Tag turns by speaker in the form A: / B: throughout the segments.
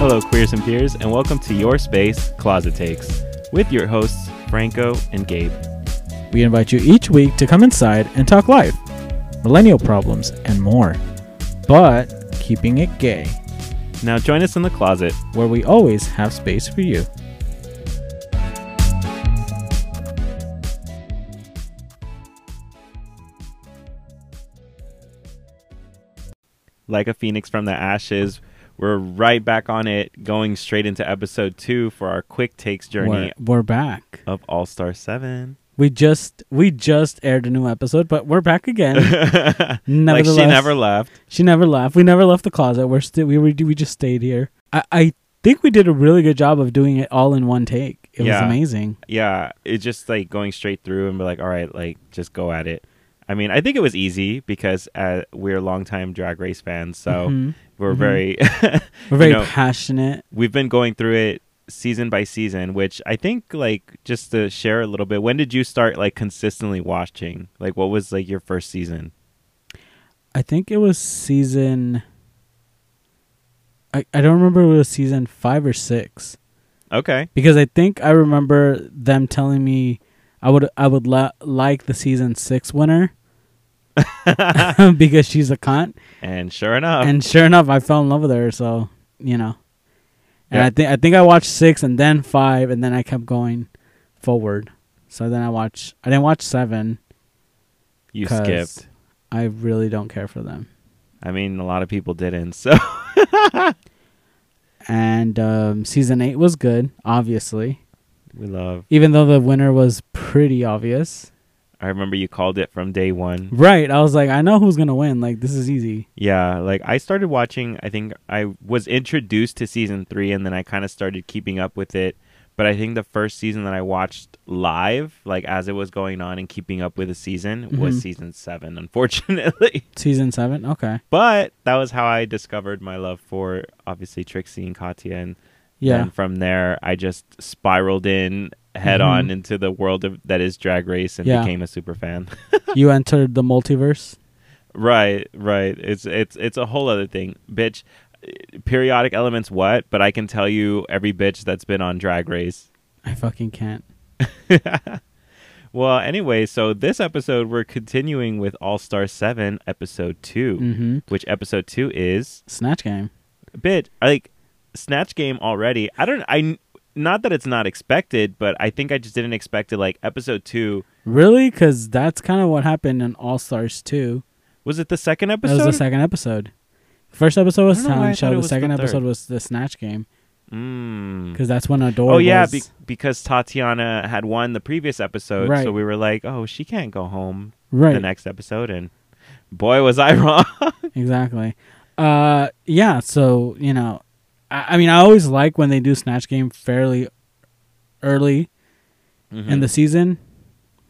A: Hello, queers and peers, and welcome to Your Space Closet Takes with your hosts, Franco and Gabe.
B: We invite you each week to come inside and talk life, millennial problems, and more. But keeping it gay,
A: Now, join us in the closet.
B: where we always have space for you.
A: Like a phoenix from the ashes, we're right back on it, going straight into episode two for our quick takes journey
B: We're, we're back.
A: of All Star 7.
B: We just we just aired a new episode, but we're back again.
A: like, she
B: Nevertheless,
A: never left.
B: she never left. We never left the closet. We're still we were we just stayed here. I I think we did a really good job of doing it all in one take. It
A: Yeah.
B: was amazing.
A: Yeah, it's just like going straight through and be like, all right, like, just go at it. I mean, I think it was easy because uh, we're longtime drag race fans, so
B: Mhm.
A: we're
B: Mhm.
A: very
B: We're very
A: know-
B: passionate.
A: we've been going through it season by season which i think like just to share a little bit when did you start like consistently watching like what was like your first season
B: I think it was season. I, I don't remember if it was season five or six
A: okay
B: because I think I remember them telling me I would I would la- like the season six winner because she's a cunt,
A: and sure enough
B: and sure enough, I fell in love with her. So you know, and
A: Yeah.
B: I think I think I watched six and then five, and then I kept going forward. So then I watched I didn't watch seven.
A: you
B: 'cause
A: skipped
B: I really don't care for them.
A: i mean a lot of people didn't so
B: and um, season eight was good, obviously.
A: we love
B: Even though the winner was pretty obvious,
A: i remember you called it from day one
B: right? I was like, I know who's gonna win. Like this is easy.
A: yeah like i started watching i think i was introduced to season three and then i kind of started keeping up with it but i think the first season that i watched live like as it was going on and keeping up with the season was
B: Mhm.
A: season seven unfortunately
B: Season seven, okay,
A: But that was how I discovered my love for obviously Trixie and Katya, and
B: yeah,
A: then from there I just spiraled in head on
B: Mhm.
A: into the world of that is Drag Race and
B: Yeah.
A: became a super fan.
B: you entered the multiverse.
A: right, right. It's it's it's a whole other thing, bitch. Periodic elements, what? But I can tell you every bitch that's been on Drag Race.
B: I fucking can't.
A: Well, anyway, so this episode we're continuing with All Star Seven, episode 2
B: Mm-hmm.
A: which episode two is
B: Snatch game.
A: bitch like snatch game already i don't i not that it's not expected but i think i just didn't expect it like episode two
B: Really? Because that's kind of what happened in All Stars 2.
A: was it the second
B: That
A: episode
B: was the second episode. First episode was
A: I don't know why I
B: Talent
A: thought
B: Show.
A: it
B: The
A: was the
B: second
A: third.
B: episode was the Snatch Game.
A: mm.
B: Because that's when Adora.
A: oh yeah
B: was-
A: be- because tatiana had won the previous episode
B: Right.
A: so we were like oh she can't go home
B: right.
A: the next episode and boy was i wrong
B: Exactly. Uh, yeah. So you know, I, I mean, I always like when they do snatch game fairly early in
A: Mhm.
B: the season,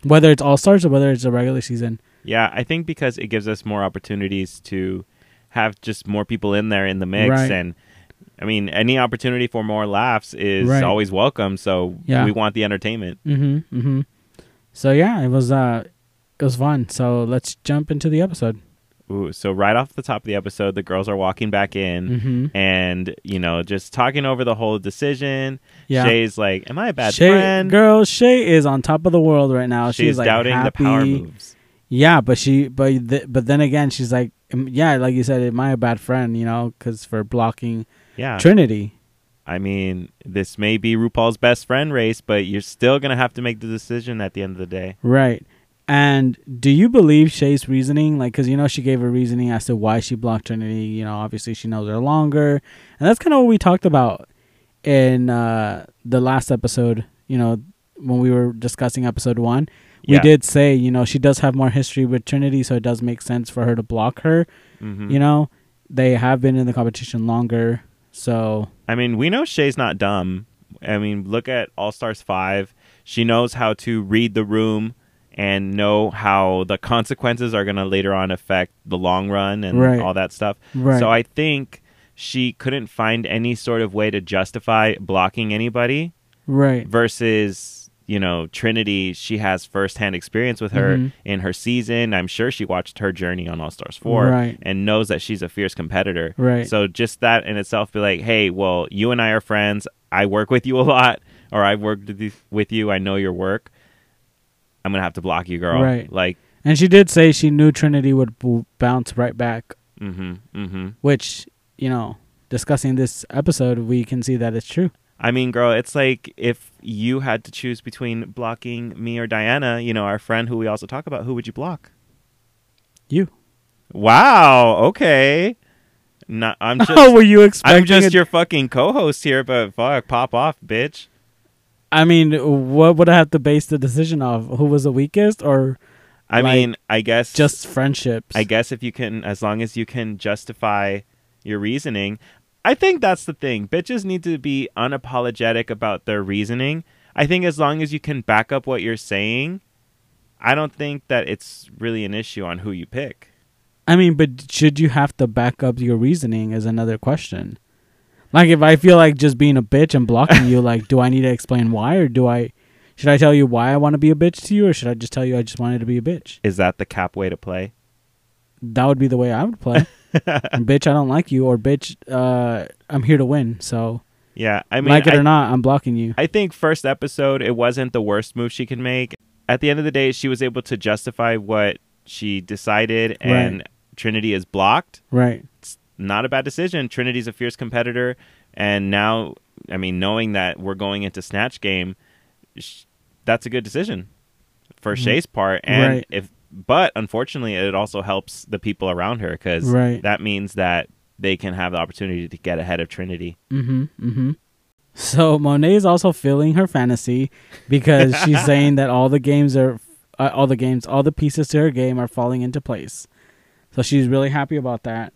B: whether it's all stars or whether it's a regular season.
A: yeah i think because it gives us more opportunities to have just more people in there in the mix
B: Right.
A: and I mean, any opportunity for more laughs is
B: Right.
A: always welcome. So
B: Yeah.
A: we want the entertainment.
B: Mm-hmm. Mm-hmm. So yeah, it was uh, it was fun. So let's jump into the episode.
A: Ooh, so right off the top of the episode, the girls are walking back in
B: Mm-hmm.
A: and, you know, just talking over the whole decision.
B: Yeah.
A: Shay's like, Am I a bad
B: Shay,
A: friend?
B: girl, Shay is on top of the world right now.
A: She's,
B: She's, like
A: doubting
B: happy.
A: the power moves.
B: Yeah, but she, but th- but then again, she's like, "Mm, yeah, like you said, am I a bad friend? You know, because for blocking
A: Yeah.
B: Trinity.
A: I mean, this may be RuPaul's best friend race, but you're still going to have to make the decision at the end of the day.
B: Right. And do you believe Shay's reasoning? Like, because you know she gave her reasoning as to why she blocked Trinity. You know, obviously she knows her longer, and that's kind of what we talked about in uh, the last episode. You know, when we were discussing episode one,
A: Yeah.
B: we did say you know she does have more history with Trinity, so it does make sense for her to block her.
A: Mhm.
B: You know, they have been in the competition longer, so
A: I mean, we know Shay's not dumb. I mean, look at All Stars 5. She knows how to read the room and know how the consequences are going to later on affect the long run and
B: Right.
A: all that stuff.
B: Right.
A: So I think she couldn't find any sort of way to justify blocking anybody
B: right,
A: versus you know Trinity, she has firsthand experience with her
B: Mhm.
A: in her season. I'm sure she watched her journey on All Stars four
B: Right.
A: and knows that she's a fierce competitor.
B: Right.
A: So just that in itself, be like, hey, well, you and I are friends. I work with you a lot, or I've worked with you- with you. I know your work. I'm gonna have to block you, girl.
B: Right.
A: Like,
B: And she did say she knew Trinity would b- bounce right back,
A: mm-hmm, mm-hmm.
B: which, you know, discussing this episode, we can see that it's true.
A: I mean, girl, it's like if you had to choose between blocking me or Diana, you know, our friend who we also talk about, who would you block?
B: You.
A: Wow. Okay. Not. I'm just.
B: oh, were you expecting?
A: I'm just
B: it-
A: your fucking co-host here, but fuck, pop off, bitch.
B: I mean, what would I have to base the decision off? Who was the weakest or
A: I
B: Like,
A: mean, I guess
B: just friendships?
A: I guess if you can, as long as you can justify your reasoning, I think that's the thing. Bitches need to be unapologetic about their reasoning. I think as long as you can back up what you're saying, I don't think that it's really an issue on who you pick.
B: I mean, but should you have to back up your reasoning is another question. Like, if I feel like just being a bitch and blocking you, like, do I need to explain why or do I? Should I tell you why I want to be a bitch to you, or should I just tell you I just wanted to be a bitch?
A: Is that the cap way to play?
B: That would be the way I would play. bitch, I don't like you, or bitch, uh, I'm here to win. So,
A: Yeah, I mean,
B: like it
A: I-
B: or not, I'm blocking you.
A: I think first episode, it wasn't the worst move she could make. At the end of the day, she was able to justify what she decided, and Trinity is blocked.
B: right.
A: It's not a bad decision. Trinity's a fierce competitor, and now, I mean, knowing that we're going into snatch game, sh- that's a good decision for Shay's part. And
B: Mm-hmm. Right.
A: if, but unfortunately, it also helps the people around her because
B: Right.
A: that means that they can have the opportunity to get ahead of Trinity.
B: Mm-hmm. Mm-hmm. So Monet is also filling her fantasy because she's saying that all the games are, uh, all the games, all the pieces to her game are falling into place. So she's really happy about that.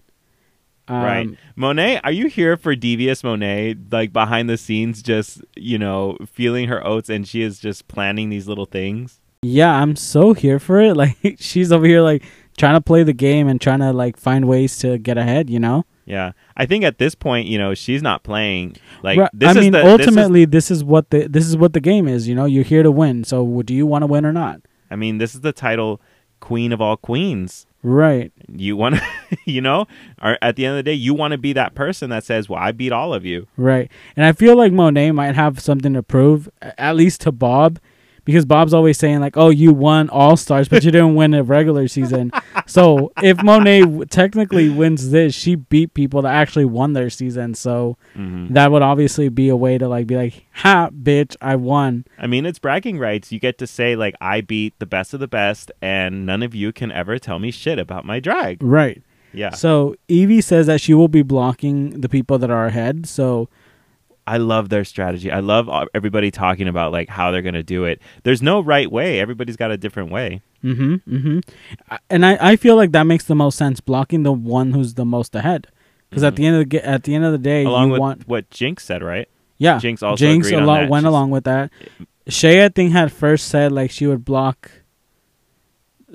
B: Um,
A: right. Monet, are you here for devious Monet? Like behind the scenes, just, you know, feeling her oats and she is just planning these little things?
B: Yeah, I'm so here for it. Like she's over here, like trying to play the game and trying to like find ways to get ahead. You know.
A: Yeah. I think at this point, you know, she's not playing. Like,
B: Right.
A: this
B: I
A: is
B: mean,
A: the. this is-
B: ultimately, this is, what the this is what the game is. You know, you're here to win. So do you want to win or not?
A: I mean, this is the title Queen of All Queens.
B: Right.
A: You want to, you know, or at the end of the day, you want to be that person that says, well, I beat all of you.
B: Right. And I feel like Monet might have something to prove, a- at least to Bob, because Bob's always saying, like, oh, you won All Stars, but you didn't win a regular season. so if Monet w- technically wins this, she beat people that actually won their season. So
A: hmm
B: that would obviously be a way to, like, be like, ha, bitch, I won.
A: I mean, it's bragging rights. You get to say, like, I beat the best of the best, and none of you can ever tell me shit about my drag.
B: Right.
A: Yeah.
B: So Evie says that she will be blocking the people that are ahead. So,
A: I love their strategy. I love all- everybody talking about like how they're going to do it. There's no right way. Everybody's got a different way.
B: mm hmm, mm hmm. And I, I feel like that makes the most sense, blocking the one who's the most ahead. Because at the end of the ga- at the end of the day,
A: Mm-hmm. Along
B: you
A: with
B: want
A: what Jinx said, right?
B: yeah.
A: Jinx also agreed on
B: alo-
A: that.
B: went
A: She's-
B: along with that. Shay, I think, had first said like she would block.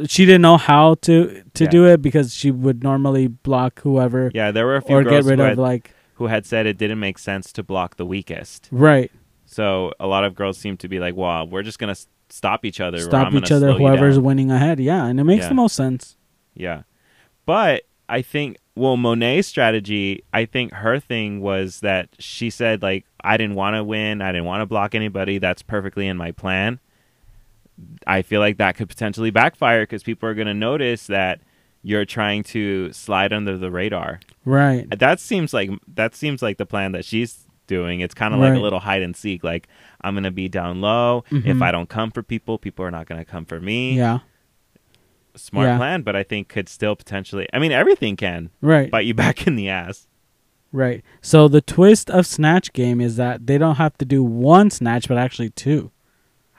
B: She didn't know how to to
A: Yeah.
B: do it because she would normally block whoever
A: Yeah, there were a few
B: or get
A: girls
B: rid
A: who,
B: of
A: had,
B: like
A: who had said it didn't make sense to block the weakest.
B: right
A: So a lot of girls seem to be like, "Well, we're just going to stop each other. or I'm
B: stop
A: gonna
B: each other
A: slow you
B: whoever's
A: down."
B: winning ahead. Yeah, and it makes
A: Yeah.
B: the most sense.
A: Yeah. But I think well Monet's strategy, I think her thing was that she said like I didn't want to win, I didn't want to block anybody. That's perfectly in my plan. I feel like that could potentially backfire cuz people are going to notice that you're trying to slide under the radar.
B: Right.
A: That seems like that seems like the plan that she's doing. It's kind of like
B: Right.
A: a little hide and seek like I'm going to be down low. If
B: Mhm.
A: I don't come for people, people are not going to come for me
B: Yeah.
A: smart
B: Yeah.
A: plan, but I think could still potentially. I mean, everything can
B: Right.
A: bite you back in the ass.
B: Right. So the twist of Snatch Game is that they don't have to do one snatch, but actually two.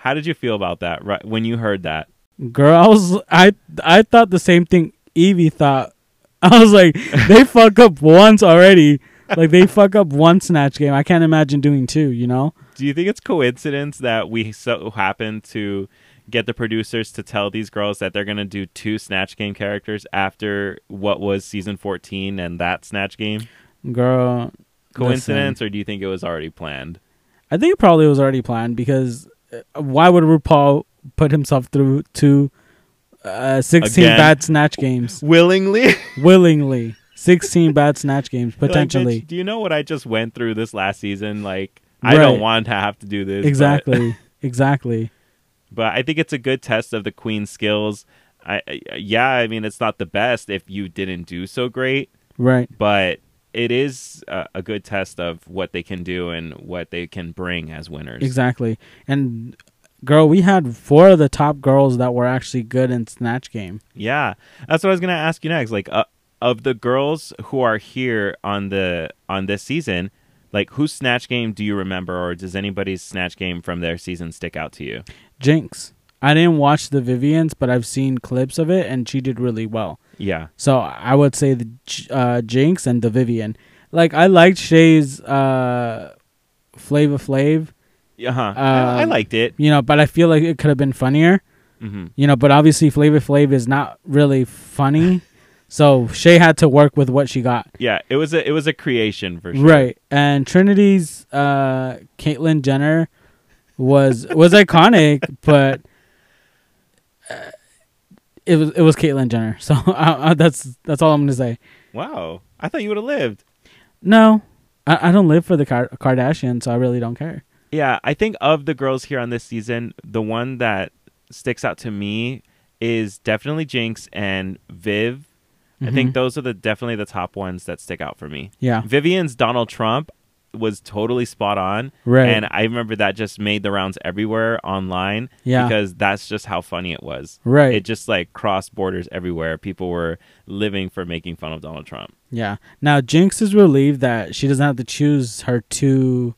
A: How did you feel about that right, when you heard that?
B: Girls, I I thought the same thing Evie thought. I was like, they fuck up once already. Like they fuck up one snatch game. I can't imagine doing two. You know?
A: Do you think it's coincidence that we so happen to get the producers to tell these girls that they're going to do two Snatch Game characters after what was season 14 and that Snatch Game?
B: Girl,
A: Coincidence, or do you think it was already planned?
B: I think it probably was already planned because uh, why would RuPaul put himself through two uh, 16
A: Again.
B: bad snatch games
A: willingly.
B: willingly? 16 bad snatch games
A: Like,
B: potentially.
A: bitch, do you know what I just went through this last season? Like, I
B: Right.
A: don't want to have to do this. but-
B: exactly. exactly.
A: but I think it's a good test of the queen's skills. I, I yeah, I mean it's not the best if you didn't do so great,
B: Right.
A: but it is a, a good test of what they can do and what they can bring as winners.
B: Exactly. And girl, we had four of the top girls that were actually good in snatch game.
A: Yeah, that's what I was gonna ask you next. Like, uh, of the girls who are here on the on this season, like whose snatch game do you remember, or does anybody's snatch game from their season stick out to you?
B: Jinx. I didn't watch the Vivians, but I've seen clips of it and she did really well.
A: Yeah,
B: So I would say the J- uh, Jinx and the Vivian. Like I liked Shay's uh, Flava Flav,
A: uh-huh. I, I
B: Um,
A: liked it.
B: you know, but I feel like it could have been funnier,
A: hmm
B: you know. But obviously, Flava Flav is not really funny, so Shay had to work with what she got,
A: Yeah, it was a it was a creation for sure.
B: right? And Trinity's uh, Caitlyn Jenner was was iconic, but. uh, It was it was Caitlyn Jenner, so I, I, that's that's all I'm gonna say.
A: Wow, I thought you would have lived.
B: No, I, I don't live for the Kar- Kardashians, so I really don't care.
A: Yeah, I think of the girls here on this season, the one that sticks out to me is definitely Jinx and Viv. I think
B: Mhm.
A: those are the definitely the top ones that stick out for me.
B: Yeah,
A: Vivian's Donald Trump was totally spot on.
B: Right.
A: And I remember that just made the rounds everywhere online
B: Yeah.
A: because that's just how funny it was.
B: right.
A: It just like crossed borders everywhere. People were living for making fun of Donald Trump.
B: yeah. Now Jinx is relieved that she doesn't have to choose her two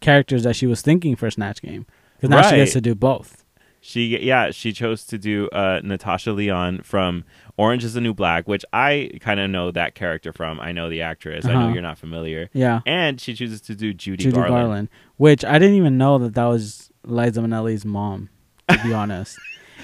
B: characters that she was thinking for Snatch Game because now she
A: Right.
B: gets to do both.
A: She yeah, she chose to do uh, Natasha Leon from Orange is the New Black, which I kind of know that character from. I know the actress. I
B: Uh-huh.
A: know you're not familiar.
B: Yeah,
A: And she chooses to do Judy,
B: Judy Garland.
A: Garland.
B: which I didn't even know that that was Liza Minnelli's mom. To be honest,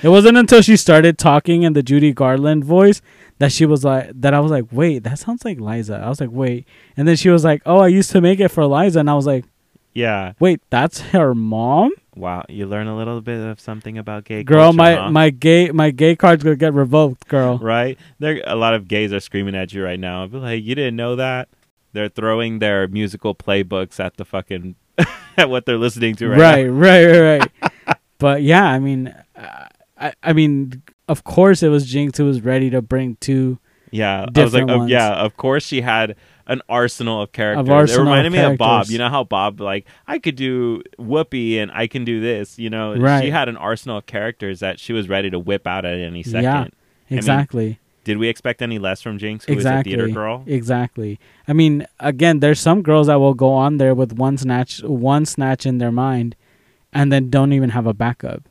B: it wasn't until she started talking in the Judy Garland voice that she was like, that I was like, wait, that sounds like Liza. I was like, wait, and then she was like, oh, I used to make it for Liza, and I was like.
A: Yeah.
B: Wait, that's her mom?
A: Wow. You learn a little bit of something about gay
B: Girl,
A: culture,
B: my
A: huh?
B: my gay my gay card's gonna get revoked, girl.
A: right? There a lot of gays are screaming at you right now. Be like, you didn't know that? They're throwing their musical playbooks at the fucking at what they're listening to right, now.
B: Right, right, right, right. but yeah, I mean, uh, I I mean, of course it was Jinx who was ready to bring two.
A: Yeah, I was like,
B: different
A: oh,
B: ones.
A: yeah, of course she had an arsenal of characters. it
B: arsenal of
A: reminded me of Bob.
B: characters.
A: You know how Bob like I could do Whoopi and I can do this. You know,
B: Right.
A: she had an arsenal of characters that she was ready to whip out at any second.
B: Yeah, exactly,
A: Did we expect any less from Jinx, who is
B: exactly,
A: a theater girl?
B: exactly. I mean, again, there's some girls that will go on there with one snatch, one snatch in their mind, and then don't even have a backup.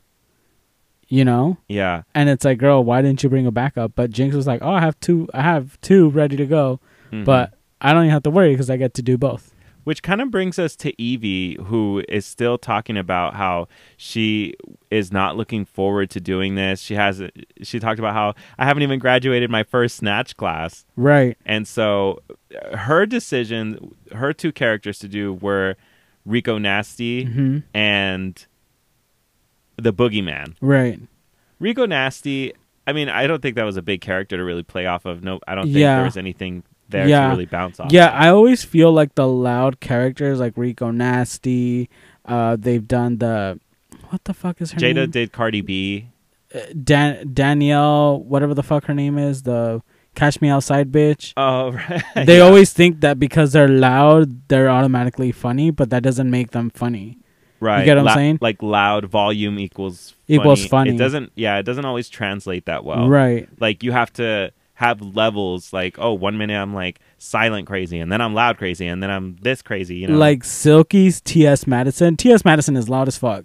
B: You know,
A: yeah,
B: and it's like, girl, why didn't you bring a backup? But Jinx was like, oh, I have two, I have two ready to go.
A: Mhm.
B: but I don't even have to worry because I get to do both.
A: Which kind of brings us to Evie, who is still talking about how she is not looking forward to doing this. She has she talked about how I haven't even graduated my first snatch class,
B: Right.
A: and so uh, her decision, her two characters to do were Rico Nasty
B: hmm
A: and the Boogeyman.
B: Right.
A: Rico Nasty. I mean, I don't think that was a big character to really play off of. No, I don't think
B: Yeah.
A: there was anything there
B: Yeah.
A: to really bounce off.
B: Yeah, I always feel like the loud characters like Rico Nasty, uh, they've done the what the fuck is her
A: Jada
B: name?
A: did Cardi B.
B: Uh, Dan- Danielle, whatever the fuck her name is, the Catch Me Outside bitch.
A: Oh right.
B: They always think that because they're loud, they're automatically funny, but that doesn't make them funny.
A: Right.
B: get what I'm
A: Lou-
B: saying?
A: Like loud volume equals
B: Equals funny.
A: It doesn't yeah, it doesn't always translate that well.
B: Right.
A: Like you have to have levels like oh one minute I'm like silent crazy and then I'm loud crazy and then I'm this crazy, you know.
B: like Silky's T.S. Madison. T.S. Madison is loud as fuck.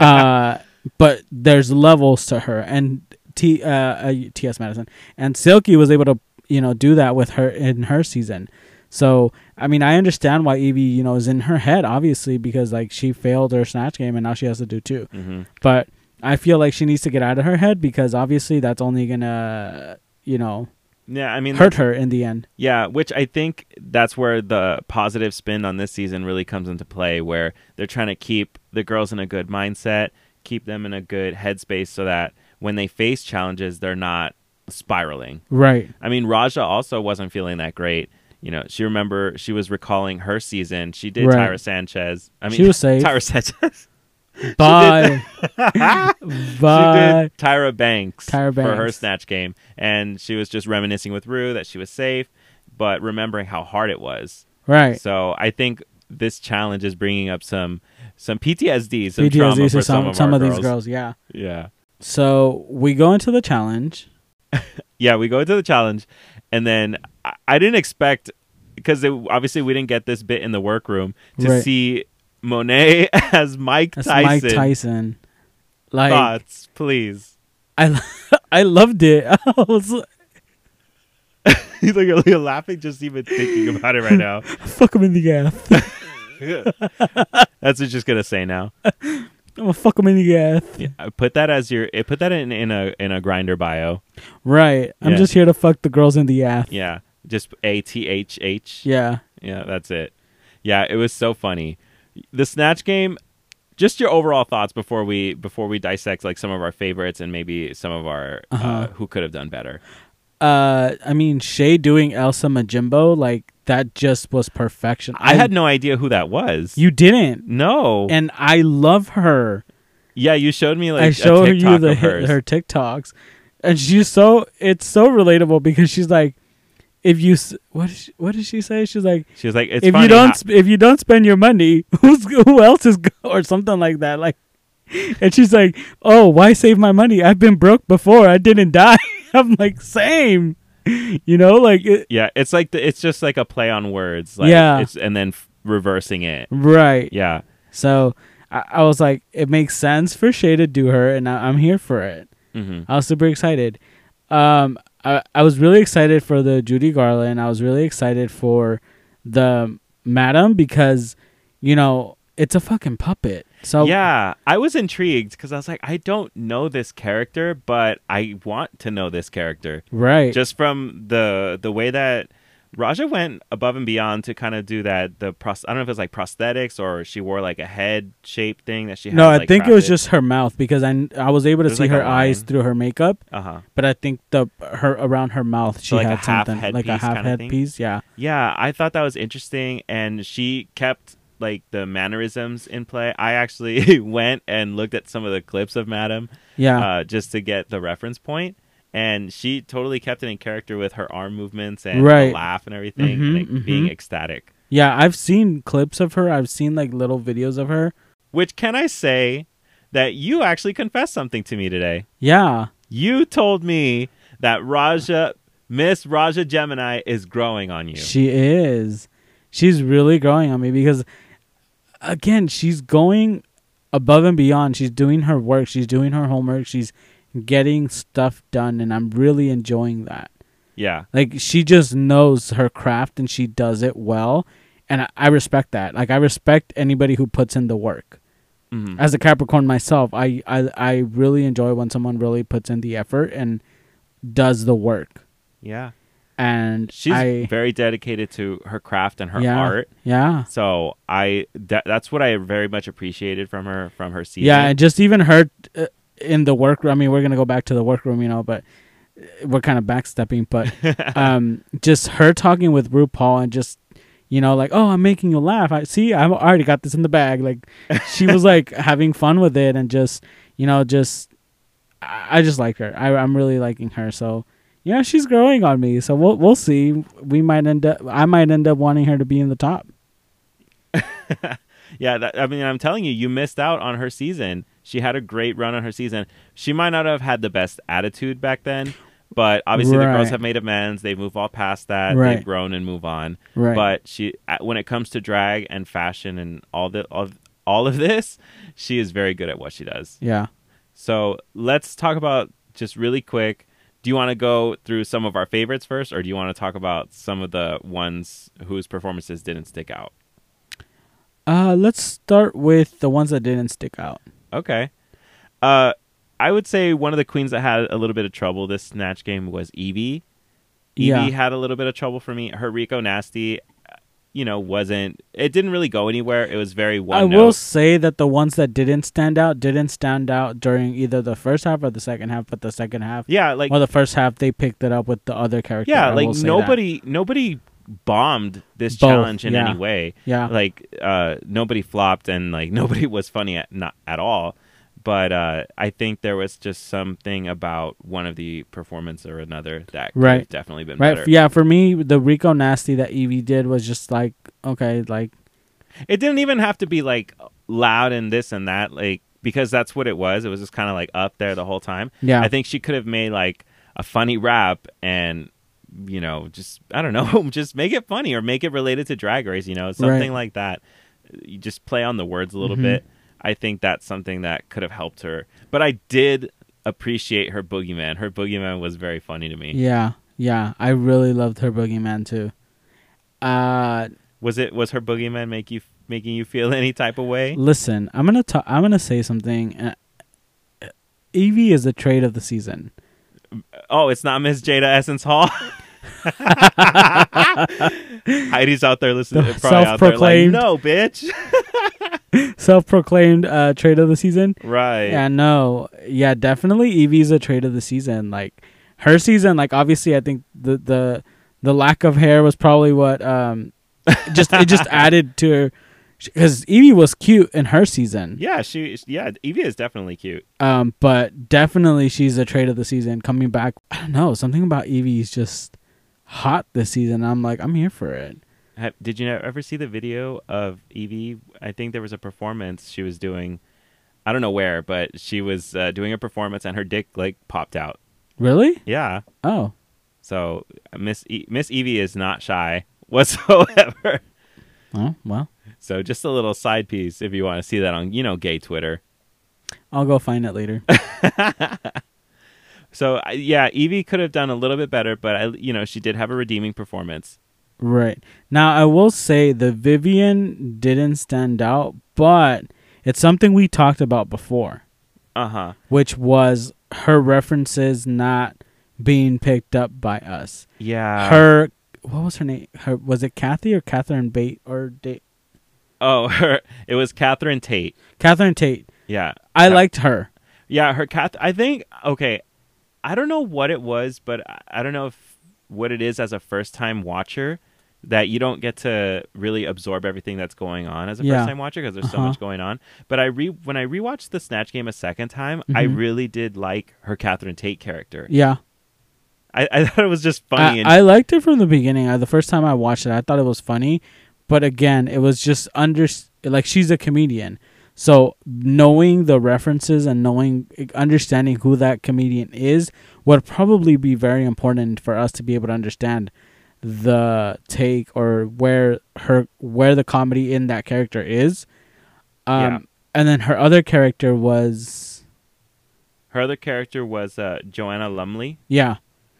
B: uh, but there's levels to her, and T. Uh, uh, T.S. Madison and Silky was able to you know do that with her in her season. So I mean, I understand why Evie you know is in her head obviously because like she failed her snatch game and now she has to do two.
A: Mhm.
B: But I feel like she needs to get out of her head because obviously that's only gonna you know
A: Yeah, I mean,
B: hurt her in the end.
A: yeah, which I think that's where the positive spin on this season really comes into play, where they're trying to keep the girls in a good mindset, keep them in a good headspace so that when they face challenges, they're not spiraling.
B: Right.
A: I mean, Raja also wasn't feeling that great. You know, she remember she was recalling her season. She did
B: Right.
A: Tyra Sanchez. I mean,
B: She was safe.
A: Tyra Sanchez.
B: Bye.
A: she
B: Bye.
A: did Tyra Banks,
B: Tyra
A: for her
B: Banks.
A: snatch game, and she was just reminiscing with Rue that she was safe, but remembering how hard it was.
B: Right.
A: So I think this challenge is bringing up some some PTSD, some trauma
B: PTSD
A: for some,
B: to some
A: of our
B: some of these
A: girls.
B: girls. Yeah.
A: Yeah,
B: So we go into the challenge.
A: yeah. We go to the challenge, and then I, I didn't expect because obviously we didn't get this bit in the workroom to
B: Right.
A: see Monet as Mike
B: That's
A: Tyson.
B: Mike Tyson. Like
A: Thoughts, please.
B: I, I loved it. I was like,
A: He's like you're laughing just even thinking about it right now.
B: fuck him in the gaff. I'm
A: That's what she's gonna say now.
B: gonna fuck him in the gaff.
A: Yeah, put that as your eh, put that in, in a in a grinder bio.
B: Right. I'm
A: Yeah.
B: just here to fuck the girls in the gaff.
A: Yeah,
B: Yeah.
A: just a t h h. yeah, that's it. Yeah, it was so funny. The snatch game. Just your overall thoughts before we before we dissect like some of our favorites and maybe some of our uh
B: Uh-huh.
A: who could have done better.
B: Uh, I mean Shay doing Elsa Majimbo like that just was perfection.
A: I, had no idea who that was.
B: you didn't,
A: no.
B: and I love her.
A: yeah, you showed me like
B: I showed
A: a
B: you
A: TikTok
B: the
A: of hers.
B: her TikToks, and she's so it's so relatable because she's like, if you s- what is she, what does she say? She's like,
A: She was like, it's
B: if
A: funny
B: you don't
A: how-
B: sp- if you don't spend your money, who's who else is go- or something like that. Like, and she's like, oh, why save my money? I've been broke before. I didn't die. I'm like, same. You know, like it,
A: Yeah, it's like the, it's just like a play on words. Like,
B: Yeah.
A: it's, and then f- reversing it.
B: right.
A: Yeah,
B: So I, I was like, it makes sense for Shay to do her, and I, I'm here for it.
A: hmm
B: I was super excited. Um, I, I was really excited for the Judy Garland. I was really excited for the Madam because, you know, it's a fucking puppet. So
A: yeah. I was intrigued because I was like, I don't know this character, but I want to know this character
B: right,
A: just from the the way that Raja went above and beyond to kind of do that. The pros- I don't know if it was like prosthetics or she wore like a head shaped thing that she. Had,
B: no, I
A: like,
B: think it was
A: crafted.
B: just her mouth because I I was able to
A: There's
B: see
A: like a
B: her eyes
A: line.
B: through her makeup,
A: uh-huh.
B: but I think the her around her mouth she
A: like a
B: had
A: half
B: something like a
A: headpiece
B: half
A: kinda thing?
B: headpiece. Yeah,
A: Yeah, I thought that was interesting, and she kept like the mannerisms in play. I actually went and looked at some of the clips of Madam
B: yeah,
A: uh, just to get the reference point, and she totally kept it in character with her arm movements and her
B: Right.
A: laugh and everything,
B: Mhm,
A: and like, being
B: mhm.
A: ecstatic.
B: yeah. I've seen clips of her. I've seen like little videos of her.
A: Which can I say that you actually confessed something to me today?
B: Yeah,
A: You told me that Raja, Miss Raja Gemini, is growing on you.
B: She is. She's really growing on me because, again, she's going above and beyond. She's doing her work. She's doing her homework. She's getting stuff done, and I'm really enjoying that.
A: yeah,
B: Like she just knows her craft and she does it well, and I, I respect that. Like I respect anybody who puts in the work.
A: Mhm.
B: As a Capricorn myself, I, I I really enjoy when someone really puts in the effort and does the work.
A: yeah.
B: And
A: She's
B: I,
A: very dedicated to her craft and her
B: yeah,
A: art.
B: Yeah.
A: So I that, that's what I very much appreciated from her from her season.
B: Yeah, and just even her uh, in the workroom. I mean, we're gonna go back to the workroom, you know, but uh, we're kind of backstepping. But um, just her talking with RuPaul and just you know, like, oh, I'm making you laugh. I see, I've already got this in the bag. Like, she was like having fun with it and just you know, just I, I just like her. I, I'm really liking her. So. Yeah, she's growing on me, so we'll we'll see. We might end up, I might end up wanting her to be in the top.
A: yeah. That, I mean, I'm telling you, you missed out on her season. She had a great run on her season. She might not have had the best attitude back then, but obviously the girls
B: Right.
A: have made amends. They move all past that. They've
B: Right.
A: grown and move on.
B: Right.
A: But she, at- when it comes to drag and fashion and all the all, all of this, she is very good at what she does.
B: Yeah.
A: So let's talk about just really quick. Do you want to go through some of our favorites first, or do you want to talk about some of the ones whose performances didn't stick out?
B: Uh, let's start with the ones that didn't stick out.
A: Okay. Uh, I would say one of the queens that had a little bit of trouble this snatch game was Evie. Evie
B: Yeah.
A: had a little bit of trouble for me. Her Rico Nasty, uh, you know, wasn't. It didn't really go anywhere. It was very one.
B: I
A: note.
B: will say that the ones that didn't stand out didn't stand out during either the first half or the second half, but the second half
A: Yeah, like
B: well the first half they picked it up with the other character.
A: yeah,
B: I
A: like
B: will say that.
A: nobody nobody bombed this
B: Both,
A: challenge in
B: yeah.
A: any way.
B: Yeah.
A: Like uh, nobody flopped and like nobody was funny at not at all. But uh, I think there was just something about one of the performance or another that could
B: Right.
A: have definitely been
B: right.
A: better.
B: Yeah, for me the Rico nasty that Evie did was just like okay, like
A: It didn't even have to be like loud and this and that, like because that's what it was. It was just kind of like up there the whole time.
B: Yeah.
A: I think she could have made like a funny rap and you know just I don't know, just make it funny or make it related to Drag Race. You know, something like that. You just play on the words a little
B: Mhm.
A: bit. I think that's something that could have helped her. But I did appreciate her boogeyman. Her boogeyman was very funny to me.
B: yeah, yeah. I really loved her boogeyman too. Uh
A: Was it was her boogeyman make you making you feel any type of way?
B: Listen, I'm gonna talk. I'm gonna say something. Uh, Evie is the trade of the season.
A: Oh, it's not Miss Jada Essence Hall. Heidi's out there listening.
B: The
A: Probably out there like,
B: self-proclaimed-
A: no, bitch.
B: Self-proclaimed uh, trade of the season.
A: right.
B: Yeah, no, yeah, definitely. Evie's a trade of the season. Like her season. Like obviously, I think the the the lack of hair was probably what um just it just added to her because Evie was cute in her season.
A: Yeah, she. Yeah, Evie is definitely cute.
B: Um, but definitely she's a trade of the season. Coming back, I don't know. Something about Evie's just hot this season. I'm like, I'm here for it.
A: Ha- Did you ever see the video of Evie? I think there was a performance she was doing. I don't know where, but she was uh, doing a performance and her dick like popped out.
B: Really?
A: Yeah.
B: Oh,
A: So Miss e- Miss Evie is not shy whatsoever.
B: oh well.
A: so just a little side piece if you want to see that on you know gay Twitter.
B: I'll go find it later.
A: So I- yeah, Evie could have done a little bit better, but I, you know, she did have a redeeming performance.
B: right now, I will say the Vivian didn't stand out, but it's something we talked about before,
A: Uh huh.
B: which was her references not being picked up by us.
A: Yeah.
B: her, what was her name? Her was it Kathy or Catherine Bate or Date?
A: Oh, her. It was Catherine Tate.
B: Catherine Tate.
A: Yeah.
B: I
A: Ca-
B: liked her.
A: Yeah, her Cath. I think. Okay. I don't know what it was, but I- I don't know if what it is as a first-time watcher that you don't get to really absorb everything that's going on as a
B: Yeah.
A: first-time watcher because there's so
B: Uh-huh.
A: much going on. But I re when I rewatched the Snatch Game a second time, I
B: Mhm.
A: really did like her Catherine Tate character.
B: Yeah,
A: I, I thought it was just funny. and
B: I, I liked it from the beginning. I, the first time I watched it, I thought it was funny, but again, it was just under like she's a comedian, so knowing the references and knowing understanding who that comedian is would probably be very important for us to be able to understand the take or where her where the comedy in that character is. Um,
A: Yeah.
B: and then her other character was
A: Her other character was uh, Joanna Lumley.
B: yeah,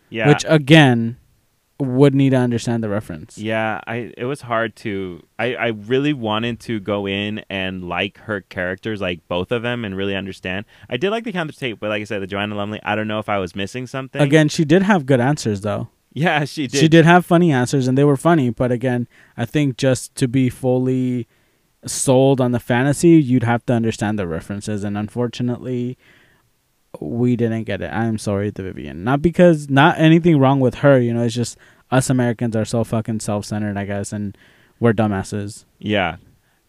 A: Yeah,
B: which again would need to understand the reference.
A: yeah. I it was hard to. I I really wanted to go in and like her characters, like both of them, and really understand. I did like the counter tape, but like I said, the Joanna Lumley. I don't know if I was missing something.
B: Again, she did have good answers though.
A: yeah, she did.
B: She did have funny answers and they were funny, but again, I think just to be fully sold on the fantasy, you'd have to understand the references and unfortunately we didn't get it. I'm sorry to Vivian. Not because not anything wrong with her, you know, it's just us Americans are so fucking self-centered, I guess, and we're dumbasses.
A: Yeah.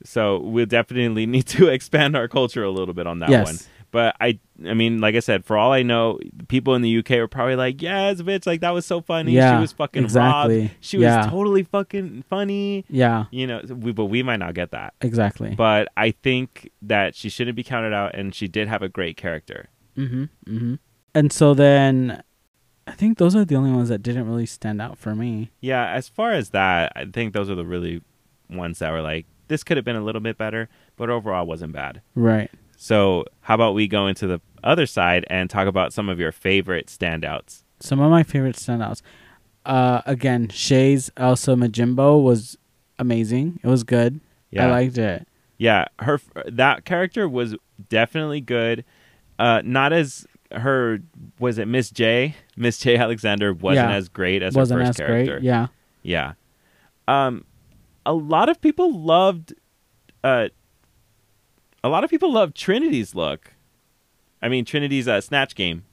A: So we'll definitely need to expand our culture a little bit on that
B: Yes.
A: one. But I, I mean, like I said, for all I know, people in the UK were probably like, "Yes, bitch! Like that was so funny.
B: Yeah,
A: she was fucking
B: exactly.
A: robbed. She was
B: Yeah.
A: totally fucking funny."
B: Yeah,
A: you know we, but we might not get that
B: exactly.
A: but i think that she shouldn't be counted out and she did have a great character
B: Mm-hmm. Mm-hmm. And so then, I think those are the only ones that didn't really stand out for me.
A: yeah as far as that i think those are the really ones that were like this could have been a little bit better but overall wasn't bad
B: Right.
A: so how about we go into the other side and talk about some of your favorite standouts
B: Some of my favorite standouts. Uh, again, Shay's Elsa Majimbo was amazing. It was good.
A: Yeah.
B: I liked it.
A: yeah her that character was definitely good uh not as her was it Miss J? Miss J Alexander wasn't
B: Yeah.
A: as great as
B: wasn't
A: her
B: as
A: first character.
B: great. Yeah.
A: Yeah. Um a lot of people loved uh a lot of people loved Trinity's look. I mean Trinity's uh, snatch game.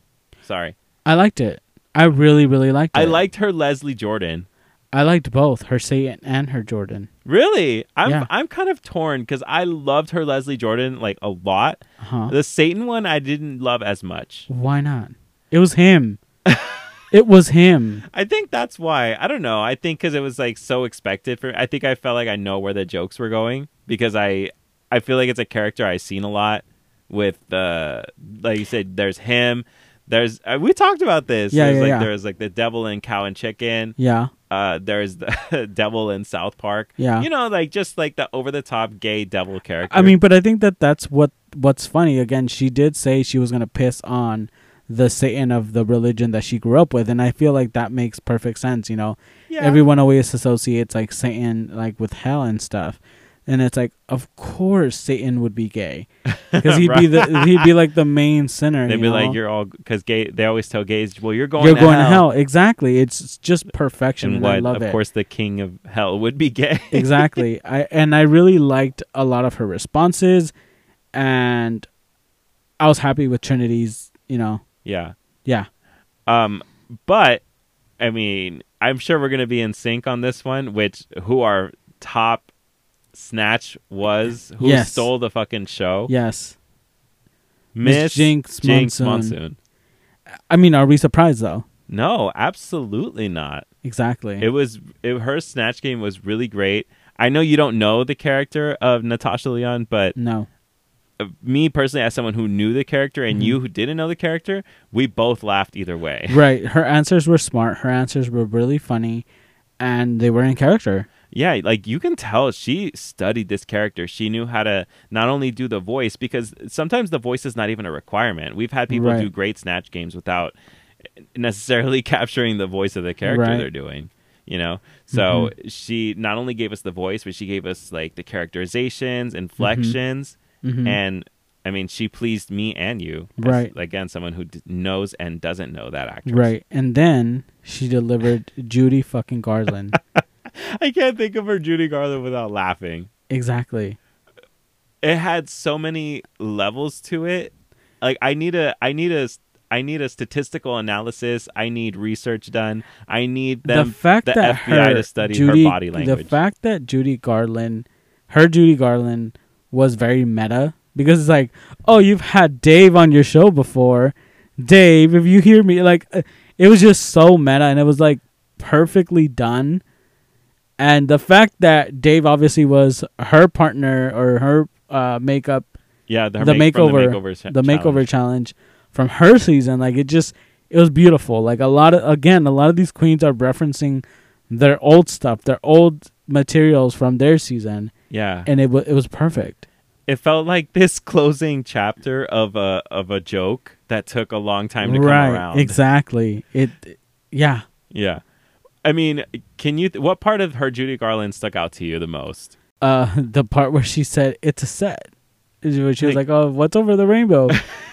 A: Sorry.
B: I liked it. I really, really liked it.
A: I liked her Leslie Jordan.
B: I liked both her Satan and her Jordan.
A: Really? I'm
B: Yeah.
A: I'm kind of torn cuz I loved her Leslie Jordan like a lot.
B: Huh?
A: The Satan one I didn't love as much.
B: Uh-huh. Why not? It was him. it was him.
A: I think that's why. I don't know. I think because it was like so expected for. I think I felt like I know where the jokes were going because I, I feel like it's a character I've seen a lot. With uh, like you said, there's him. There's uh, we talked about this.
B: Yeah,
A: there's
B: yeah,
A: like
B: yeah.
A: there's like the devil in Cow and Chicken.
B: Yeah.
A: Uh, there's the devil in South Park.
B: Yeah.
A: you know, like just like the over the top gay devil character.
B: I mean, but I think that that's what what's funny. Again, she did say she was gonna piss on the Satan of the religion that she grew up with, and I feel like that makes perfect sense. You know,
A: yeah,
B: everyone always associates like Satan like with hell and stuff, and it's like, of course Satan would be gay because he'd be the he'd be like the main sinner.
A: they'd
B: you
A: be like
B: know?
A: you're all because gay. They always tell gays, well, you're going,
B: you're
A: to,
B: going
A: hell.
B: to hell. Exactly. It's it's just perfection, and,
A: And what?
B: I love
A: of
B: it.
A: course, the king of hell would be gay.
B: exactly. I and I really liked a lot of her responses, and I was happy with Trinity's. You know,
A: yeah.
B: yeah,
A: Um, but I mean, I'm sure we're gonna be in sync on this one. Which who our top snatch was? Who
B: Yes.
A: stole the fucking show?
B: yes. Miss
A: Miss
B: Jinx Monsoon.
A: Monsoon.
B: I mean, are we surprised though?
A: No, absolutely not.
B: Exactly.
A: It was it, her snatch game was really great. I know you don't know the character of Natasha Leon, but
B: no.
A: uh,
B: Mm.
A: me personally, as someone who knew the character and
B: Mhm.
A: you who didn't know the character, we both laughed either way.
B: Right. Her answers were smart. Her answers were really funny, and they were in character.
A: Yeah, like you can tell she studied this character. She knew how to not only do the voice because sometimes the voice is not even a requirement. We've had people
B: Right.
A: do great snatch games without necessarily capturing the voice of the character
B: Right. Mm-hmm.
A: they're doing, you know. So she not only gave us the voice, but she gave us like the characterizations,
B: Mm-hmm.
A: inflections,
B: Mhm.
A: and I mean, she pleased me and you. as,
B: Right.
A: again, someone who d- knows and doesn't know that actress.
B: Right. And then she delivered Judy fucking Garland.
A: I can't think of her Judy Garland without laughing.
B: exactly.
A: it had so many levels to it like i need a i need a i need a statistical analysis i need research done i need them
B: the fact
A: the
B: that
A: fbi
B: her,
A: to study
B: Judy,
A: her body language
B: The fact that Judy Garland, her Judy Garland, was very meta because it's like, oh, you've had Dave on your show before, Dave. If you hear me, like, uh, it was just so meta and it was like perfectly done. And the fact that Dave obviously was her partner or her uh, makeup
A: yeah the,
B: the
A: make, from
B: makeover-
A: the makeover, cha-
B: the makeover
A: challenge.
B: challenge from her season like it just it was beautiful like a lot of again a lot of these queens are referencing their old stuff their old materials from their season
A: yeah
B: and it, w- it was perfect
A: it felt like this closing chapter of a of a joke that took a long time to
B: right
A: come around
B: exactly it yeah
A: yeah i mean can you th- what part of her judy garland stuck out to you the most
B: uh the part where she said it's a set is where she was
A: Like-
B: like oh what's over the rainbow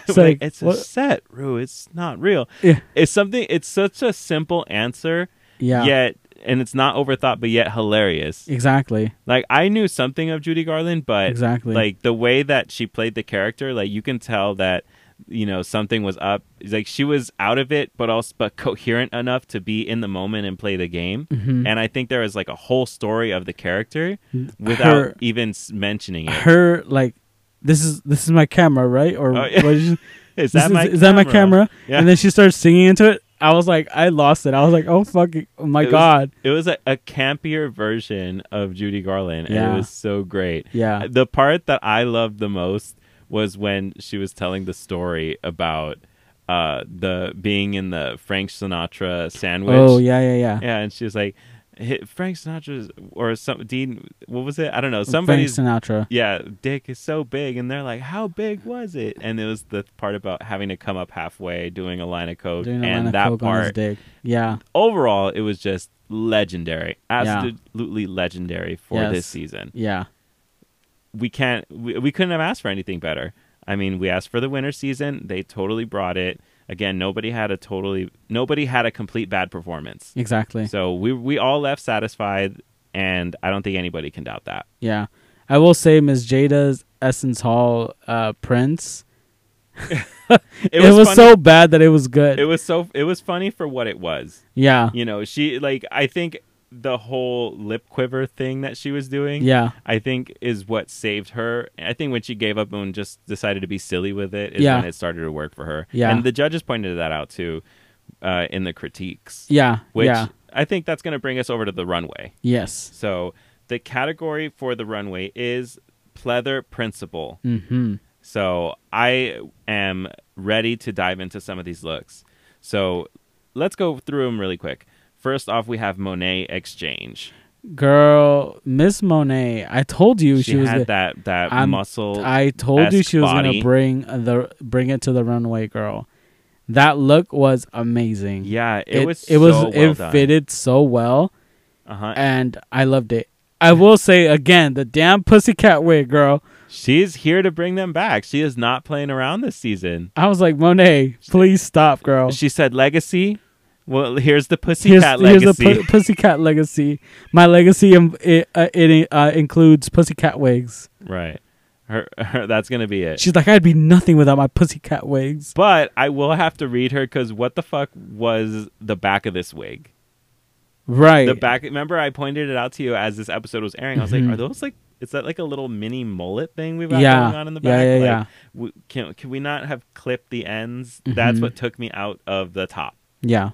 B: it's like,
A: it's
B: what-
A: a set rue it's not real
B: yeah,
A: it's something it's such a simple answer
B: yeah
A: yet and it's not overthought but yet hilarious
B: exactly
A: like i knew something of judy garland but
B: exactly
A: like the way that she played the character like you can tell that you know something was up It's like she was out of it but also but coherent enough to be in the moment and play the game
B: Mhm.
A: and i think there is like a whole story of the character without
B: Her-
A: even s- mentioning it
B: her like this is this is my camera right or
A: Oh, yeah.
B: what is
A: is
B: This
A: that,
B: is
A: my
B: is that my camera?
A: Yeah.
B: And then she starts singing into it. I was like, I lost it. I was like, oh fucking, oh my
A: It was-
B: god,
A: it was a, a campier version of judy garland and
B: Yeah.
A: it was so great
B: yeah,
A: the part that I loved the most was when she was telling the story about uh the being in the Frank Sinatra sandwich.
B: oh yeah, yeah, yeah.
A: Yeah, and she was like, "Hey, Frank Sinatra's or some Dean, what was it? I don't know. Somebody's
B: Frank Sinatra.
A: yeah, dick is so big, and they're like, how big was it? And it was the part about having to come up halfway, doing a line of coke,
B: Doing a line
A: and
B: of
A: that
B: coke on his
A: part.
B: dick. Yeah,
A: Overall, it was just legendary,
B: Yeah.
A: absolutely legendary for
B: Yes.
A: this season
B: yeah,
A: we can't we, we couldn't have asked for anything better i mean we asked for the winter season they totally brought it again, nobody had a totally nobody had a complete bad performance.
B: Exactly.
A: So we we all left satisfied, and I don't think anybody can doubt that.
B: Yeah. I will say Miss Jada's Essence Hall uh, Prince. It was,
A: funny-
B: so bad that it was good.
A: it was so it was funny for what it was.
B: yeah.
A: You know, she like I think the whole lip quiver thing that she was doing.
B: Yeah.
A: I think is what saved her. I think when she gave up and just decided to be silly with it is
B: Yeah.
A: when it started to work for her.
B: Yeah.
A: And the judges pointed that out too uh, in the critiques.
B: Yeah.
A: Which
B: yeah.
A: I think that's going to bring us over to the runway.
B: Yes.
A: So the category for the runway is pleather principle.
B: Mm-hmm.
A: So I am ready to dive into some of these looks. So let's go through them really quick. First off, we have Monet Exchange.
B: Girl, Miss Monet, I told you
A: She,
B: she, was
A: had
B: the,
A: that that
B: I'm-
A: muscle.
B: I told you
A: esque
B: she was
A: body.
B: gonna bring the bring it to the runway, girl. That look was amazing.
A: yeah, it, was.
B: it was
A: so well
B: it
A: done.
B: fitted so well,
A: Uh-huh.
B: and I loved it. I will say again, the damn pussycat wig, girl.
A: She's here to bring them back. She is not playing around this season.
B: I was like, Monet, please stop, girl.
A: She said legacy. Well, here's the
B: Here's,
A: pussycat
B: here's
A: legacy.
B: a pu- pussycat legacy. My legacy um, it, uh, it uh, includes pussycat wigs.
A: right. Her, her, that's gonna be it.
B: She's like, I'd be nothing without my pussycat wigs.
A: But I will have to read her because what the fuck was the back of this wig?
B: Right.
A: The back. Remember, I pointed it out to you as this episode was airing. I was
B: Mhm.
A: like, "Are those like? Is that like a little mini mullet thing we've got
B: Yeah.
A: going on in the
B: Yeah,
A: back?
B: yeah,
A: like,
B: yeah.
A: w- can can we not have clipped the ends? That's
B: Mhm.
A: what took me out of the top.
B: Yeah.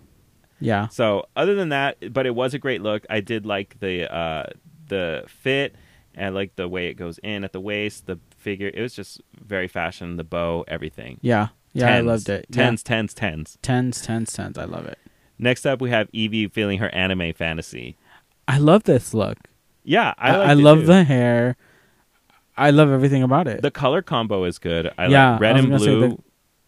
B: Yeah.
A: So other than that, but it was a great look. I did like the uh, the fit and like the way it goes in at the waist, the figure. It was just very fashion, the bow, everything.
B: Yeah. Yeah.
A: tens,
B: I loved it. Yeah.
A: Tens, tens, tens.
B: Tens, tens, tens. I love it.
A: Next up, we have Evie feeling her anime fantasy.
B: I love this look.
A: Yeah, I
B: I,
A: liked
B: I
A: it
B: love
A: too.
B: the hair. I love everything about it.
A: The color combo is good. I
B: Yeah,
A: like red
B: I was
A: and
B: gonna say
A: blue.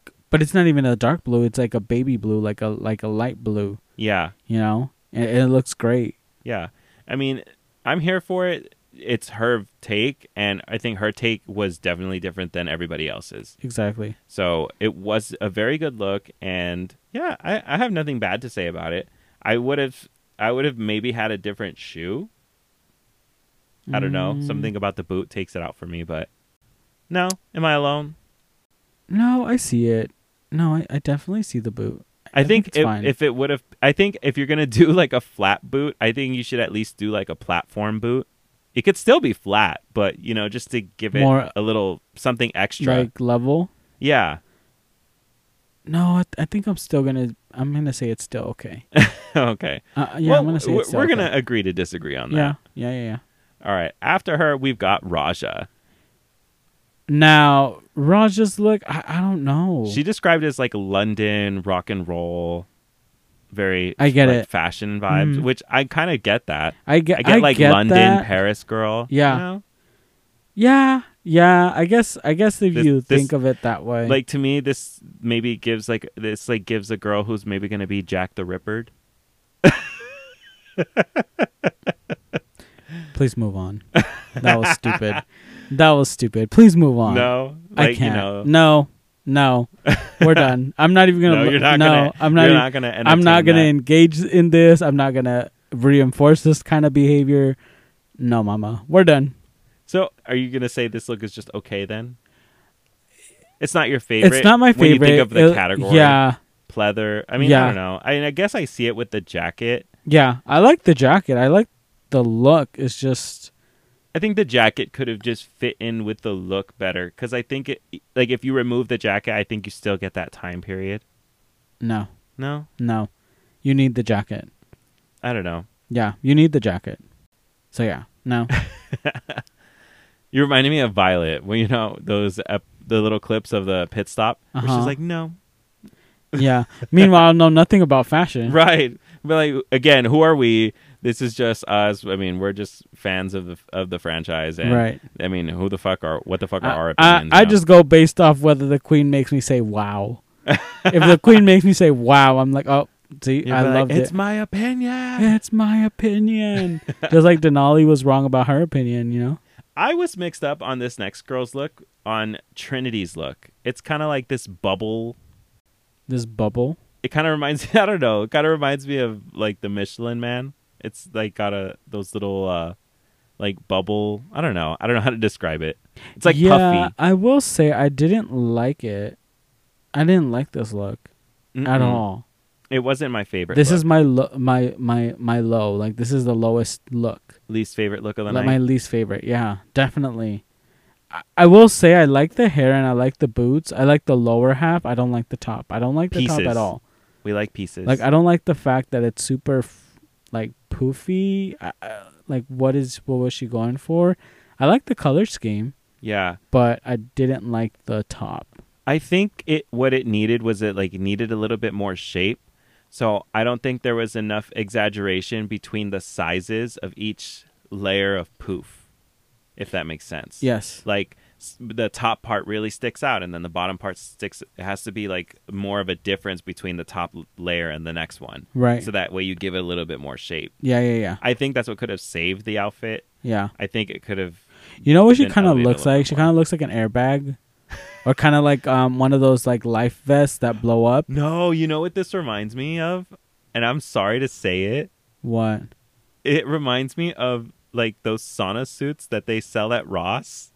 B: the- but it's not even a dark blue. It's like a baby blue, like a like a light blue.
A: Yeah,
B: You know, and, and it looks great.
A: yeah. I mean, I'm here for it. It's her take, and I think her take was definitely different than everybody else's.
B: Exactly.
A: So it was a very good look, and yeah, I, I have nothing bad to say about it. I would have, I would have maybe had a different shoe. I don't know.
B: Mm.
A: Something about the boot takes it out for me, but no. Am I alone?
B: No, I see it. No, I, I definitely see the boot.
A: I, think,
B: it's
A: if,
B: fine.
A: if it would have, I think if you're gonna do like a flat boot, I think you should at least do like a platform boot. It could still be flat, but you know, just to give it
B: More-
A: a little something extra.
B: like level.
A: yeah.
B: No, I, I think I'm still gonna. I'm gonna say it's still okay.
A: okay.
B: Uh, yeah,
A: well,
B: I'm gonna say
A: we're,
B: it's still
A: we're gonna
B: okay.
A: agree to disagree on that.
B: Yeah, yeah, yeah, yeah.
A: All right. After her, we've got Raja.
B: Now Raja's look, I, I don't know.
A: She described it as like London rock and roll, very
B: I get
A: like,
B: it.
A: fashion vibes,
B: Mm.
A: which I kind of get that.
B: I get,
A: I get like London,
B: that.
A: Paris girl.
B: Yeah.
A: you know?
B: Yeah, yeah. I guess I guess if
A: This-
B: you
A: this-
B: think of it that way,
A: Like to me, this maybe gives like this like gives a girl who's maybe gonna be Jack the Ripper.
B: please move on. that was stupid. That was stupid. Please move on.
A: No,
B: I
A: like,
B: can't.
A: You know,
B: No, no. We're done. I'm not even gonna.
A: no, you're not
B: no,
A: gonna.
B: I'm not.
A: You're
B: even-
A: not gonna.
B: I'm not
A: entertain
B: gonna
A: that.
B: engage in this. I'm not gonna reinforce this kind of behavior. No, mama. We're done.
A: So, are you gonna say this look is just okay then? It's not your favorite.
B: It's not my favorite.
A: When you think of the
B: It-
A: category,
B: Yeah,
A: pleather. I mean,
B: Yeah.
A: I don't know. I mean, I guess I see it with the jacket.
B: yeah. I like the jacket. I like the look. It's just
A: I think the jacket could have just fit in with the look better because I think it, e, like if you remove the jacket, I think you still get that time period.
B: no,
A: No,
B: no. You need the jacket.
A: I don't know.
B: Yeah, you need the jacket. So yeah, no.
A: You reminded me of Violet when you know those ep- the little clips of the pit stop where
B: Uh-huh.
A: she's like, "No,
B: yeah. Meanwhile, I know nothing about fashion.
A: right?" But like again, who are we? This is just us. I mean, we're just fans of the of the franchise, and
B: Right.
A: I mean, who the fuck are what the fuck are our
B: I, I,
A: opinions?
B: I
A: you know?
B: just go based off whether the queen makes me say wow. if the queen makes me say wow, I'm like, oh, see,
A: You'd
B: I
A: be like,
B: loved
A: It's
B: it.
A: my opinion.
B: it's my opinion. Just like Denali was wrong about her opinion, you know?
A: I was mixed up on this next girl's look on Trinity's look. It's kind of like this bubble
B: this bubble.
A: It kind of reminds I don't know. It kind of reminds me of like the Michelin Man. It's like got a those little uh like bubble. I don't know. I don't know how to describe it. It's like
B: yeah,
A: puffy
B: I will say I didn't like it. I didn't like this look at
A: Mm-mm.
B: all.
A: It wasn't my favorite.
B: This
A: look.
B: is my lo- my my my low. Like this is the lowest look.
A: least favorite look of the
B: Like
A: night.
B: my least favorite. Yeah, definitely. I, I will say I like the hair and I like the boots. I like the lower half. I don't like the top. I don't like the top
A: Pieces.
B: at all.
A: we like pieces.
B: Like I don't like the fact that it's super, f- like poofy. I, I, like what is what was she going for? I like the color scheme,
A: yeah.
B: but I didn't like the top.
A: I think it what it needed was it like needed a little bit more shape. So I don't think there was enough exaggeration between the sizes of each layer of poof, if that makes sense.
B: Yes.
A: Like s- the top part really sticks out, and then the bottom part sticks. It has to be like more of a difference between the top l- layer and the next one,
B: Right.
A: so that way you give it a little bit more shape.
B: yeah, yeah, yeah,
A: I think that's what could have saved the outfit.
B: yeah.
A: I think it could have.
B: You know what she
A: been
B: kind of
A: elevated a
B: looks
A: little
B: like? She
A: more.
B: kind of looks like an airbag, or kind of like um one of those like life vests that blow up.
A: No, you know what this reminds me of, and I'm sorry to say it.
B: What?
A: it reminds me of like those sauna suits that they sell at Ross.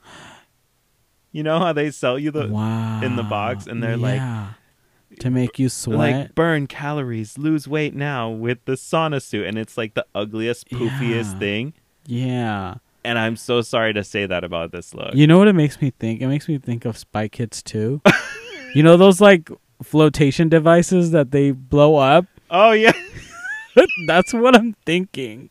A: You know how they sell you the
B: wow.
A: in the box, and they're like-
B: like to make you
A: like
B: sweat.
A: burn calories, lose weight now with the sauna suit, and it's like the ugliest, poofiest
B: Yeah.
A: thing.
B: yeah.
A: And I'm so sorry to say that about this look.
B: You know what it makes me think? It makes me think of Spy Kids too. you know those like flotation devices that they blow up?
A: Oh yeah.
B: That's what I'm thinking.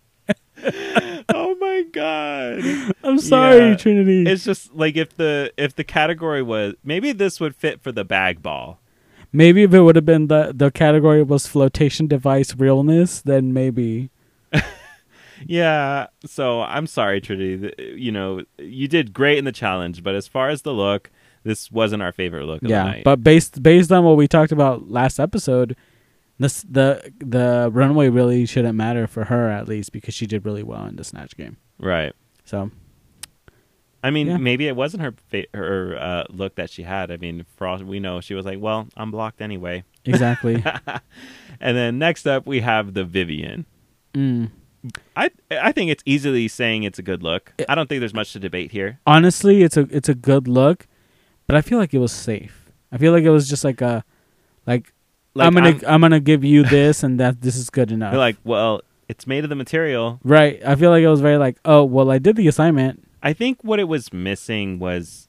A: oh my god.
B: I'm sorry,
A: Yeah.
B: Trinity.
A: It's just like if the if the category was maybe this would fit for the bag ball.
B: Maybe if it would have been the the category was flotation device realness, then maybe.
A: Yeah, so I'm sorry, Trinity. Th- You know, you did great in the challenge, but as far as the look, this wasn't our favorite look of the
B: yeah,
A: night.
B: but based based on what we talked about last episode, this the the runway really shouldn't matter for her at least because she did really well in the snatch game.
A: right.
B: So
A: I mean,
B: Yeah.
A: maybe it wasn't her fa- her uh, look that she had. I mean, for all we know, she was like, "Well, I'm blocked anyway."
B: exactly.
A: And then next up, we have the Vivian.
B: mm.
A: I I think it's easily saying it's a good look. I don't think there's much to debate here.
B: Honestly, it's a it's a good look, but I feel like it was safe. I feel like it was just like a like,
A: Like,
B: I'm gonna
A: I'm-
B: I'm, gonna give you this and that this is good enough.
A: They're like, "Well, it's made of the material
B: right. I feel like it was very like, oh well I did the assignment.
A: I think what it was missing was,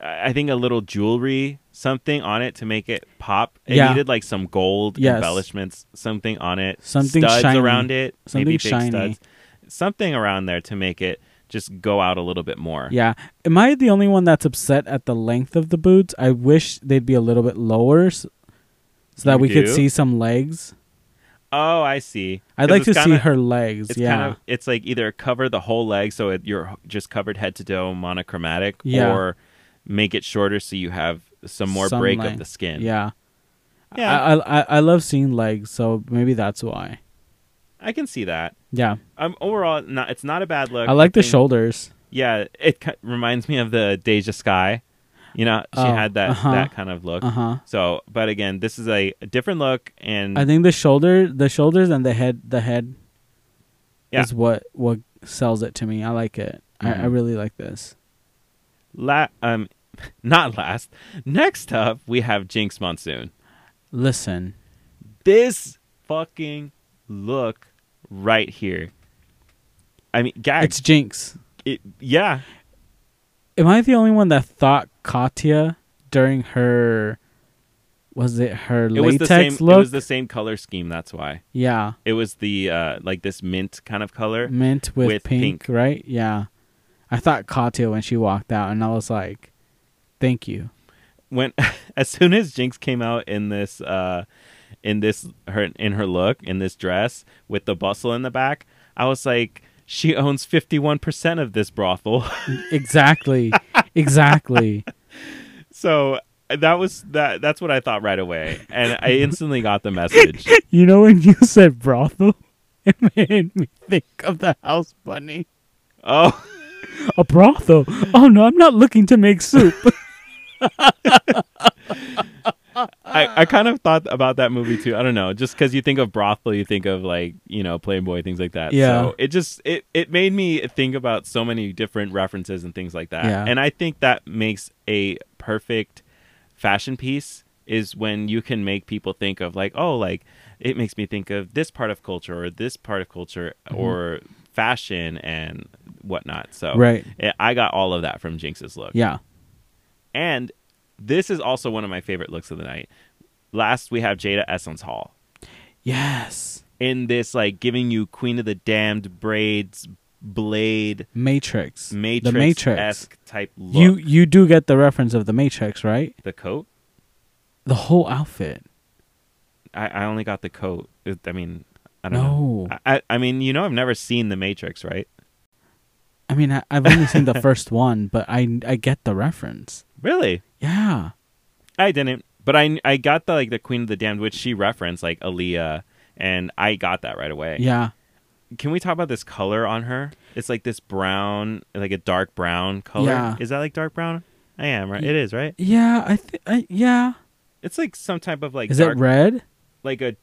A: I I think a little jewelry, something on it to make it pop. It
B: Yeah.
A: needed like some gold
B: Yes.
A: embellishments, something on it,
B: Something
A: studs
B: shiny.
A: around it, maybe big
B: Something shiny.
A: studs, something around there to make it just go out a little bit more.
B: Yeah. Am I the only one that's upset at the length of the boots? I wish they'd be a little bit lower s- so, that
A: You
B: we could
A: do?
B: see some legs.
A: Oh, I see.
B: I'd
A: 'Cause
B: like to
A: it's kinda-
B: see her legs.
A: It's
B: yeah.
A: kind of it's like either cover the whole leg so it, you're just covered head to toe monochromatic,
B: Yeah.
A: or make it shorter so you have some more
B: Some
A: break
B: leg.
A: of the skin.
B: yeah.
A: Yeah.
B: I, I I I love seeing legs, so maybe that's why.
A: I can see that.
B: Yeah.
A: Um, overall, not it's not a bad look.
B: I like the
A: think-
B: shoulders.
A: Yeah, it ki- reminds me of the Deja Sky. You know, she
B: Oh,
A: had that
B: uh-huh.
A: that kind of look.
B: Uh huh.
A: So, but again, this is a different look, and
B: I think the shoulder, the shoulders, and the head, the head,
A: Yeah.
B: is what what sells it to me. I like it. I, I
A: Mhm.
B: really like this.
A: la- um, not last. Next up, we have Jinx Monsoon.
B: Listen,
A: This fucking look right here. I mean,
B: it's
A: gag.
B: Jinx.
A: It, yeah,
B: Am I the only one that thought Katya during her was it her
A: it was the
B: latex
A: same.
B: look?
A: It was the same color scheme. That's why
B: yeah,
A: it was the uh like this mint kind of color.
B: mint with,
A: With pink.
B: pink, right? Yeah, I thought Katya when she walked out, and I was like, "Thank you."
A: when as soon as Jinx came out in this uh in this her in her look in this dress with the bustle in the back, I was like she owns 51% of this brothel.
B: exactly, exactly.
A: so that was that that's what I thought right away and I instantly got the message.
B: You know when you said brothel, it made me think of the house bunny.
A: Oh,
B: A brothel? Oh no, I'm not looking to make soup.
A: I, I kind of thought about that movie too. I don't know, just because you think of brothel, you think of like you know Playboy things like that.
B: Yeah.
A: So it just it it made me think about so many different references and things like that.
B: Yeah.
A: And I think that makes a perfect fashion piece is when you can make people think of like oh like it makes me think of this part of culture or this part of culture
B: Mm-hmm.
A: or fashion and whatnot. So
B: Right.
A: I- I got all of that from Jinx's look.
B: Yeah.
A: And this is also one of my favorite looks of the night. Last, we have Jada Essence Hall
B: Yes.
A: in this, like, giving you Queen of the Damned braids, blade,
B: Matrix.
A: matrix
B: The Matrix.
A: esque type look.
B: You you do get the reference of the Matrix, right?
A: the coat?
B: The whole outfit.
A: I, I only got the coat. It- I mean, I don't
B: No.
A: know. I, I- I mean, you know, I've never seen The Matrix, right?
B: I mean, I, I've only seen the first one, but I I get the reference.
A: Really?
B: Yeah.
A: I didn't. But I, I got the, like, the Queen of the Damned, which she referenced, like, Aaliyah. And I got that right away.
B: Yeah.
A: can we talk about this color on her? It's like this brown, like a dark brown color.
B: Yeah.
A: Is that like dark brown? I am right. It is right.
B: Yeah, I think I yeah.
A: It's like some type of like
B: Is
A: dark,
B: it red?
A: like a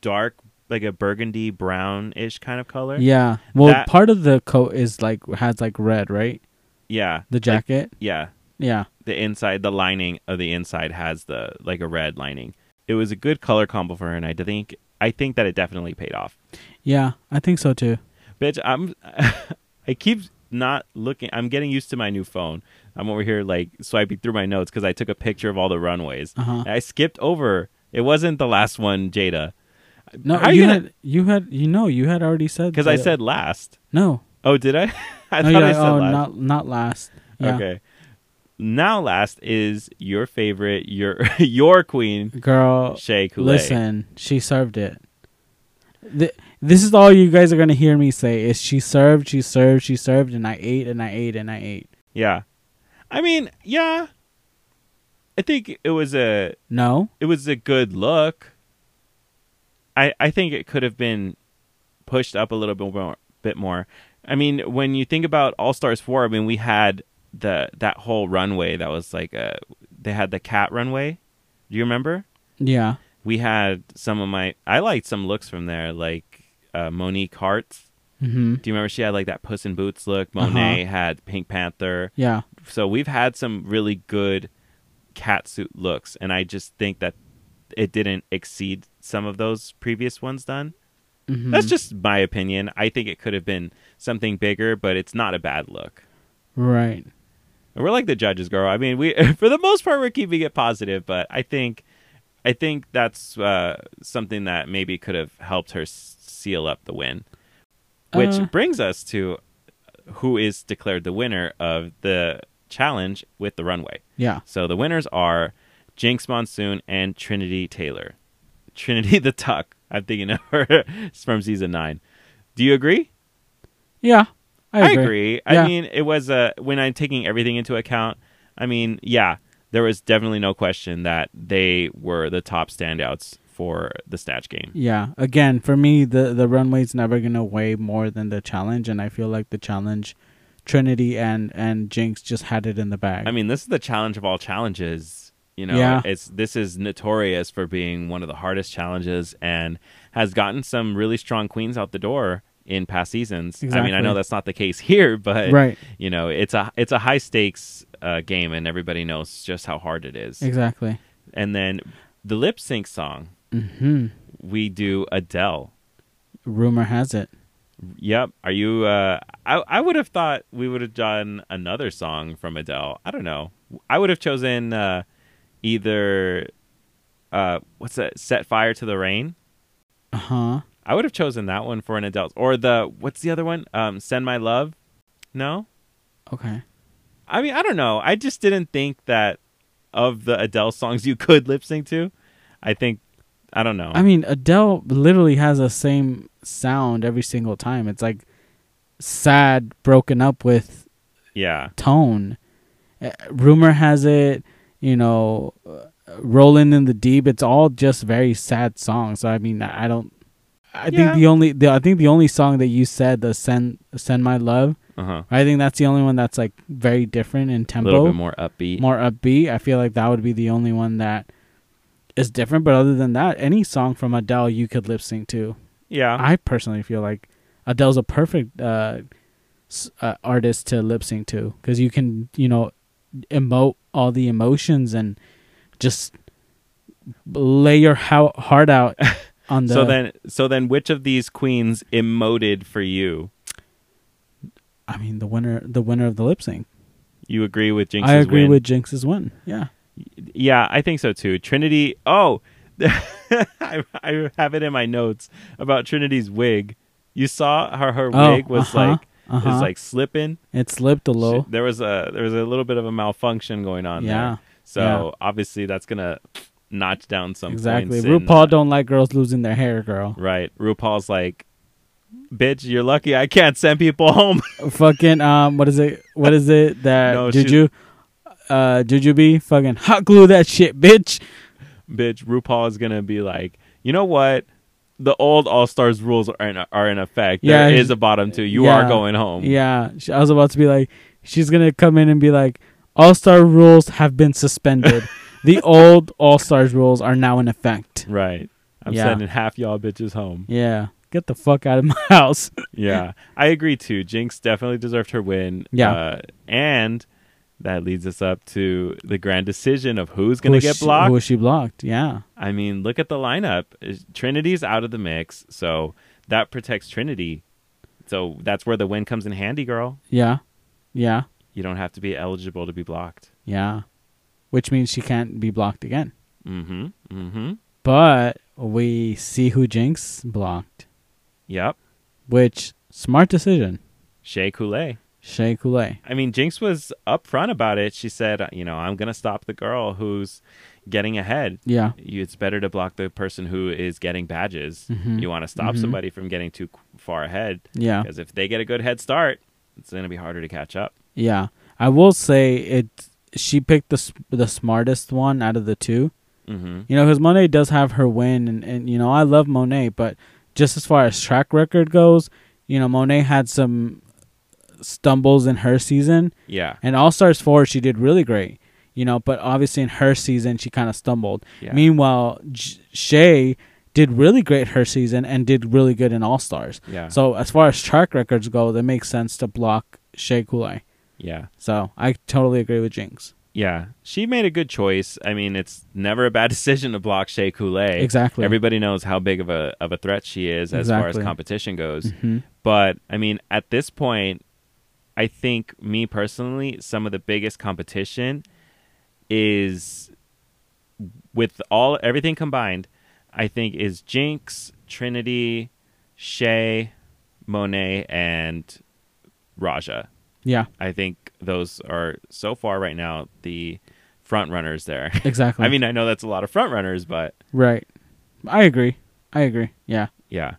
A: dark, like a burgundy brownish kind of color.
B: Yeah. Well,
A: That-
B: part of the coat is like has like red, right?
A: yeah,
B: The jacket.
A: yeah.
B: yeah.
A: The inside, the lining of the inside has the like a red lining. It was a good color combo for her, and I think I think that it definitely paid off.
B: Yeah, I think so too.
A: Bitch, I'm. I keep not looking. I'm getting used to my new phone. I'm over here like swiping through my notes because I took a picture of all the runways.
B: Uh-huh.
A: I skipped over. It wasn't the last one, Jada,
B: No,
A: How are
B: you,
A: you gonna-
B: had you had you know you had already said
A: because I
B: the-
A: said last.
B: no.
A: Oh, did I? I
B: no,
A: thought
B: you're
A: I
B: like,
A: said
B: oh,
A: last.
B: not not last. Yeah.
A: Okay. Now, last is your favorite, your your queen,
B: Girl,
A: Shay Coulee.
B: listen, she served it. Th- this is all you guys are gonna hear me say is she served, she served, she served, and I ate and I ate and I ate.
A: Yeah. I mean, yeah. I think it was a
B: No,
A: it was a good look. I I think it could have been pushed up a little bit more. Bit more. I mean, when you think about All Stars four, I mean, we had the that whole runway that was like a they had the cat runway. Do you remember?
B: yeah,
A: We had some of my I liked some looks from there, like uh, Monique Hartz.
B: mm-hmm.
A: Do you remember she had like that Puss in Boots look? Monet had Pink Panther
B: yeah.
A: so we've had some really good catsuit looks and i just think that it didn't exceed some of those previous ones done
B: Mm-hmm.
A: that's just my opinion i think it could have been something bigger but it's not a bad look
B: right.
A: and we're like the judges girl i mean we for the most part we're keeping it positive but i think i think that's uh, something that maybe could have helped her s- seal up the win which
B: Uh.
A: brings us to who is declared the winner of the challenge with the runway
B: Yeah.
A: so the winners are Jinx Monsoon and Trinity Taylor. Trinity the Tuck. I'm thinking of her from season nine. Do you agree?
B: Yeah. I agree.
A: I
B: Yeah.
A: mean, it was uh, when I'm taking everything into account. I mean, yeah, there was definitely no question that they were the top standouts for the snatch game.
B: Yeah. Again, for me, the the runway's never gonna weigh more than the challenge, and I feel like the challenge, Trinity and and Jinx just had it in the bag.
A: I mean, this is the challenge of all challenges. You know,
B: Yeah.
A: it's this is notorious for being one of the hardest challenges and has gotten some really strong queens out the door in past seasons. I mean, I
B: Exactly.
A: know that's not the case here, but
B: right.
A: you know, it's a it's a high stakes uh, game, and everybody knows just how hard it is.
B: Exactly.
A: And then the lip sync song,
B: Hmm.
A: we do Adele.
B: Rumor has it.
A: Yep. Are you? Uh, I I would have thought we would have done another song from Adele. I don't know. I would have chosen uh, either uh, what's that? Set fire to the rain.
B: Uh huh.
A: I would have chosen that one for an adult, or the what's the other one? Um, Send my love. No,
B: Okay.
A: I mean I don't know. I just didn't think that of the Adele songs you could lip sync to. I think I don't know.
B: I mean, Adele literally has the same sound every single time. It's like sad, broken up with
A: yeah.
B: tone. Uh, rumor has it, you know, uh, rolling in the deep. It's all just very sad songs. So I mean, I I don't. I
A: Yeah.
B: think the only the, I think the only song that you said the send send my love.
A: Uh huh.
B: I think that's the only one that's like very different in
A: A
B: tempo,
A: little bit more upbeat.
B: more upbeat. I feel like that would be the only one that is different. But other than that, any song from Adele you could lip sync to.
A: Yeah.
B: I personally feel like Adele's a perfect uh, s- uh, artist to lip sync to because you can, you know, emote all the emotions and just lay your how- heart out on the.
A: so then, so then, which of these queens emoted for you?
B: I mean, the winner, the winner of the lip sync.
A: You agree with Jinx's
B: I agree
A: win?
B: with Jinx's win. Yeah,
A: Yeah, I think so too. Trinity. Oh, I, I have it in my notes about Trinity's wig. You saw her her
B: Oh,
A: wig was
B: uh-huh,
A: like
B: uh-huh.
A: is like slipping.
B: it slipped a
A: She-
B: little.
A: there was a there was a little bit of a malfunction going on
B: Yeah,
A: there. So obviously that's gonna notch down some
B: exactly.
A: points in,
B: RuPaul
A: uh,
B: don't like girls losing their hair, girl.
A: right. RuPaul's like, bitch, you're lucky I can't send people home.
B: fucking um, what is it? What is it that
A: No, she-
B: Juju, uh, Juju B fucking hot glue that shit, bitch.
A: bitch, RuPaul is gonna be like, you know what? The old All Stars rules are in, are in effect. there
B: Yeah,
A: is a bottom two. You
B: yeah,
A: are going home.
B: Yeah, she- I was about to be like, she's gonna come in and be like, All Star rules have been suspended. the old All Stars rules are now in effect.
A: Right. I'm
B: Yeah.
A: sending half y'all bitches home.
B: Yeah, get the fuck out of my house.
A: Yeah. I agree too. Jinx definitely deserved her win.
B: Yeah.
A: Uh, and that leads us up to the grand decision of who's going to get blocked.
B: Who is she blocked? Yeah,
A: I mean, look at the lineup. Is- Trinity's out of the mix, so that protects Trinity. So that's where the win comes in handy, girl.
B: yeah, yeah,
A: You don't have to be eligible to be blocked.
B: yeah. Which means she can't be blocked again.
A: Mm-hmm. Mm-hmm.
B: But we see who Jinx blocked.
A: Yep.
B: Which smart decision,
A: Shea Coulee.
B: Shea Coulee.
A: I mean, Jinx was upfront about it. She said, you know, I'm going to stop the girl who's getting ahead.
B: Yeah,
A: You- It's better to block the person who is getting badges.
B: Mhm.
A: You want to stop
B: Mhm.
A: somebody from getting too qu- far ahead
B: yeah,
A: because if they get a good head start, it's going to be harder to catch up.
B: yeah. I will say it. She picked the s- the smartest one out of the two.
A: Mm-hmm.
B: You know, because Monet does have her win, and, and you know I love Monet, but just as far as track record goes, you know Monet had some stumbles in her season,
A: Yeah.
B: and All Stars four she did really great. You know, but obviously in her season she kind of stumbled.
A: Yeah.
B: Meanwhile, J- Shay did really great her season and did really good in All Stars.
A: Yeah.
B: So as far as track records go, that makes sense to block Shea Coulee.
A: yeah.
B: So I totally agree with Jinx.
A: Yeah. She made a good choice. I mean, it's never a bad decision to block Shea Coulee.
B: Exactly.
A: Everybody knows how big of a of a threat she is as far
B: Exactly.
A: as competition goes.
B: hmm
A: But I mean, at this point, I think me personally, some of the biggest competition is with all everything combined. I think is Jinx, Trinity, Shay, Monet, and Raja.
B: Yeah.
A: I think those are so far right now the front runners there.
B: Exactly.
A: I mean, I know that's a lot of front runners, but
B: right. I agree. I agree. Yeah.
A: yeah.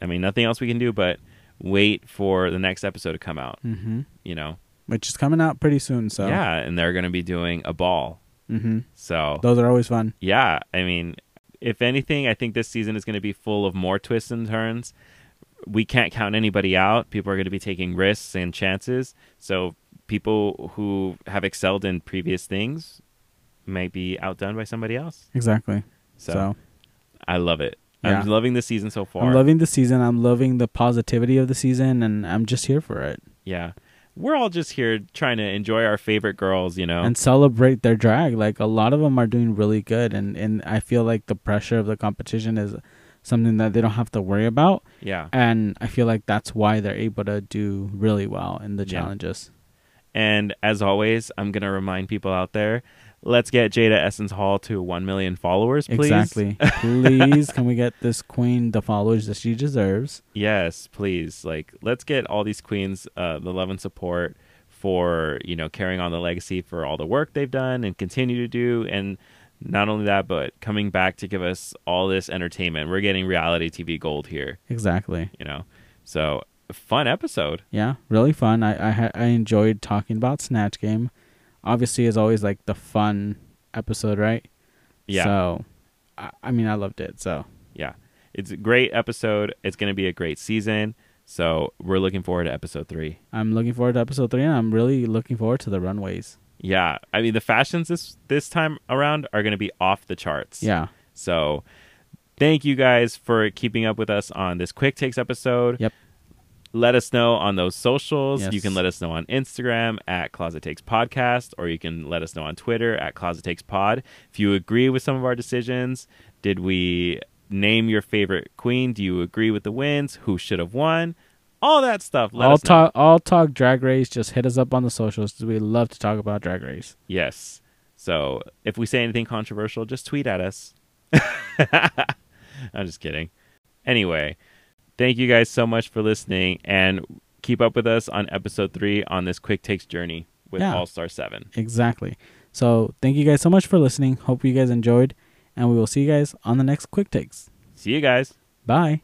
A: I mean, nothing else we can do but wait for the next episode to come out,
B: Mm-hmm.
A: you know.
B: Which is coming out pretty soon. So
A: Yeah, and they're going to be doing a ball.
B: hmm
A: So,
B: Those are always fun.
A: yeah, I mean, if anything, I think this season is going to be full of more twists and turns. We can't count anybody out. People are going to be taking risks and chances. So, people who have excelled in previous things might be outdone by somebody else.
B: Exactly.
A: So,
B: So,
A: I love it.
B: Yeah.
A: I'm loving this season so far.
B: I'm loving the season. I'm loving the positivity of the season, and I'm just here for it
A: yeah. We're all just here trying to enjoy our favorite girls, you know.
B: and celebrate their drag. Like a lot of them are doing really good, and and I feel like the pressure of the competition is something that they don't have to worry about.
A: yeah.
B: and I feel like that's why they're able to do really well in the
A: Yeah.
B: challenges.
A: And as always, I'm going to remind people out there let's get Jada Essence Hall to 1 million followers, please.
B: Exactly. Please, can we get this queen the followers that she deserves?
A: Yes, please. Like, let's get all these queens uh, the love and support for, you know, carrying on the legacy for all the work they've done and continue to do. And not only that, but coming back to give us all this entertainment. We're getting reality TV gold here,
B: Exactly.
A: you know? So, fun episode.
B: Yeah, really fun. I I, ha- I enjoyed talking about Snatch Game. Obviously, is always like the fun episode, right?
A: Yeah.
B: So, I, I mean, I loved it. So
A: Yeah. It's a great episode. It's going to be a great season. So, we're looking forward to episode three.
B: I'm looking forward to episode three, and I'm really looking forward to the runways.
A: Yeah, I mean the fashions this this time around are going to be off the charts.
B: Yeah.
A: So, thank you guys for keeping up with us on this quick takes episode.
B: Yep.
A: Let us know on those socials.
B: Yes.
A: You can let us know on Instagram at Closet Takes Podcast, or you can let us know on Twitter at Closet Takes Pod. If you agree with some of our decisions, did we name your favorite queen? Do you agree with the wins? Who should have won? All that stuff. Let
B: all
A: us know.
B: talk all talk drag race, just hit us up on the socials 'cause we love to talk about drag race.
A: Yes. So if we say anything controversial, just tweet at us. I'm just kidding. Anyway, thank you guys so much for listening and keep up with us on episode three on this quick takes journey with
B: Yeah.
A: All Star 7.
B: Exactly. So thank you guys so much for listening. Hope you guys enjoyed and we will see you guys on the next quick takes.
A: See you guys.
B: Bye.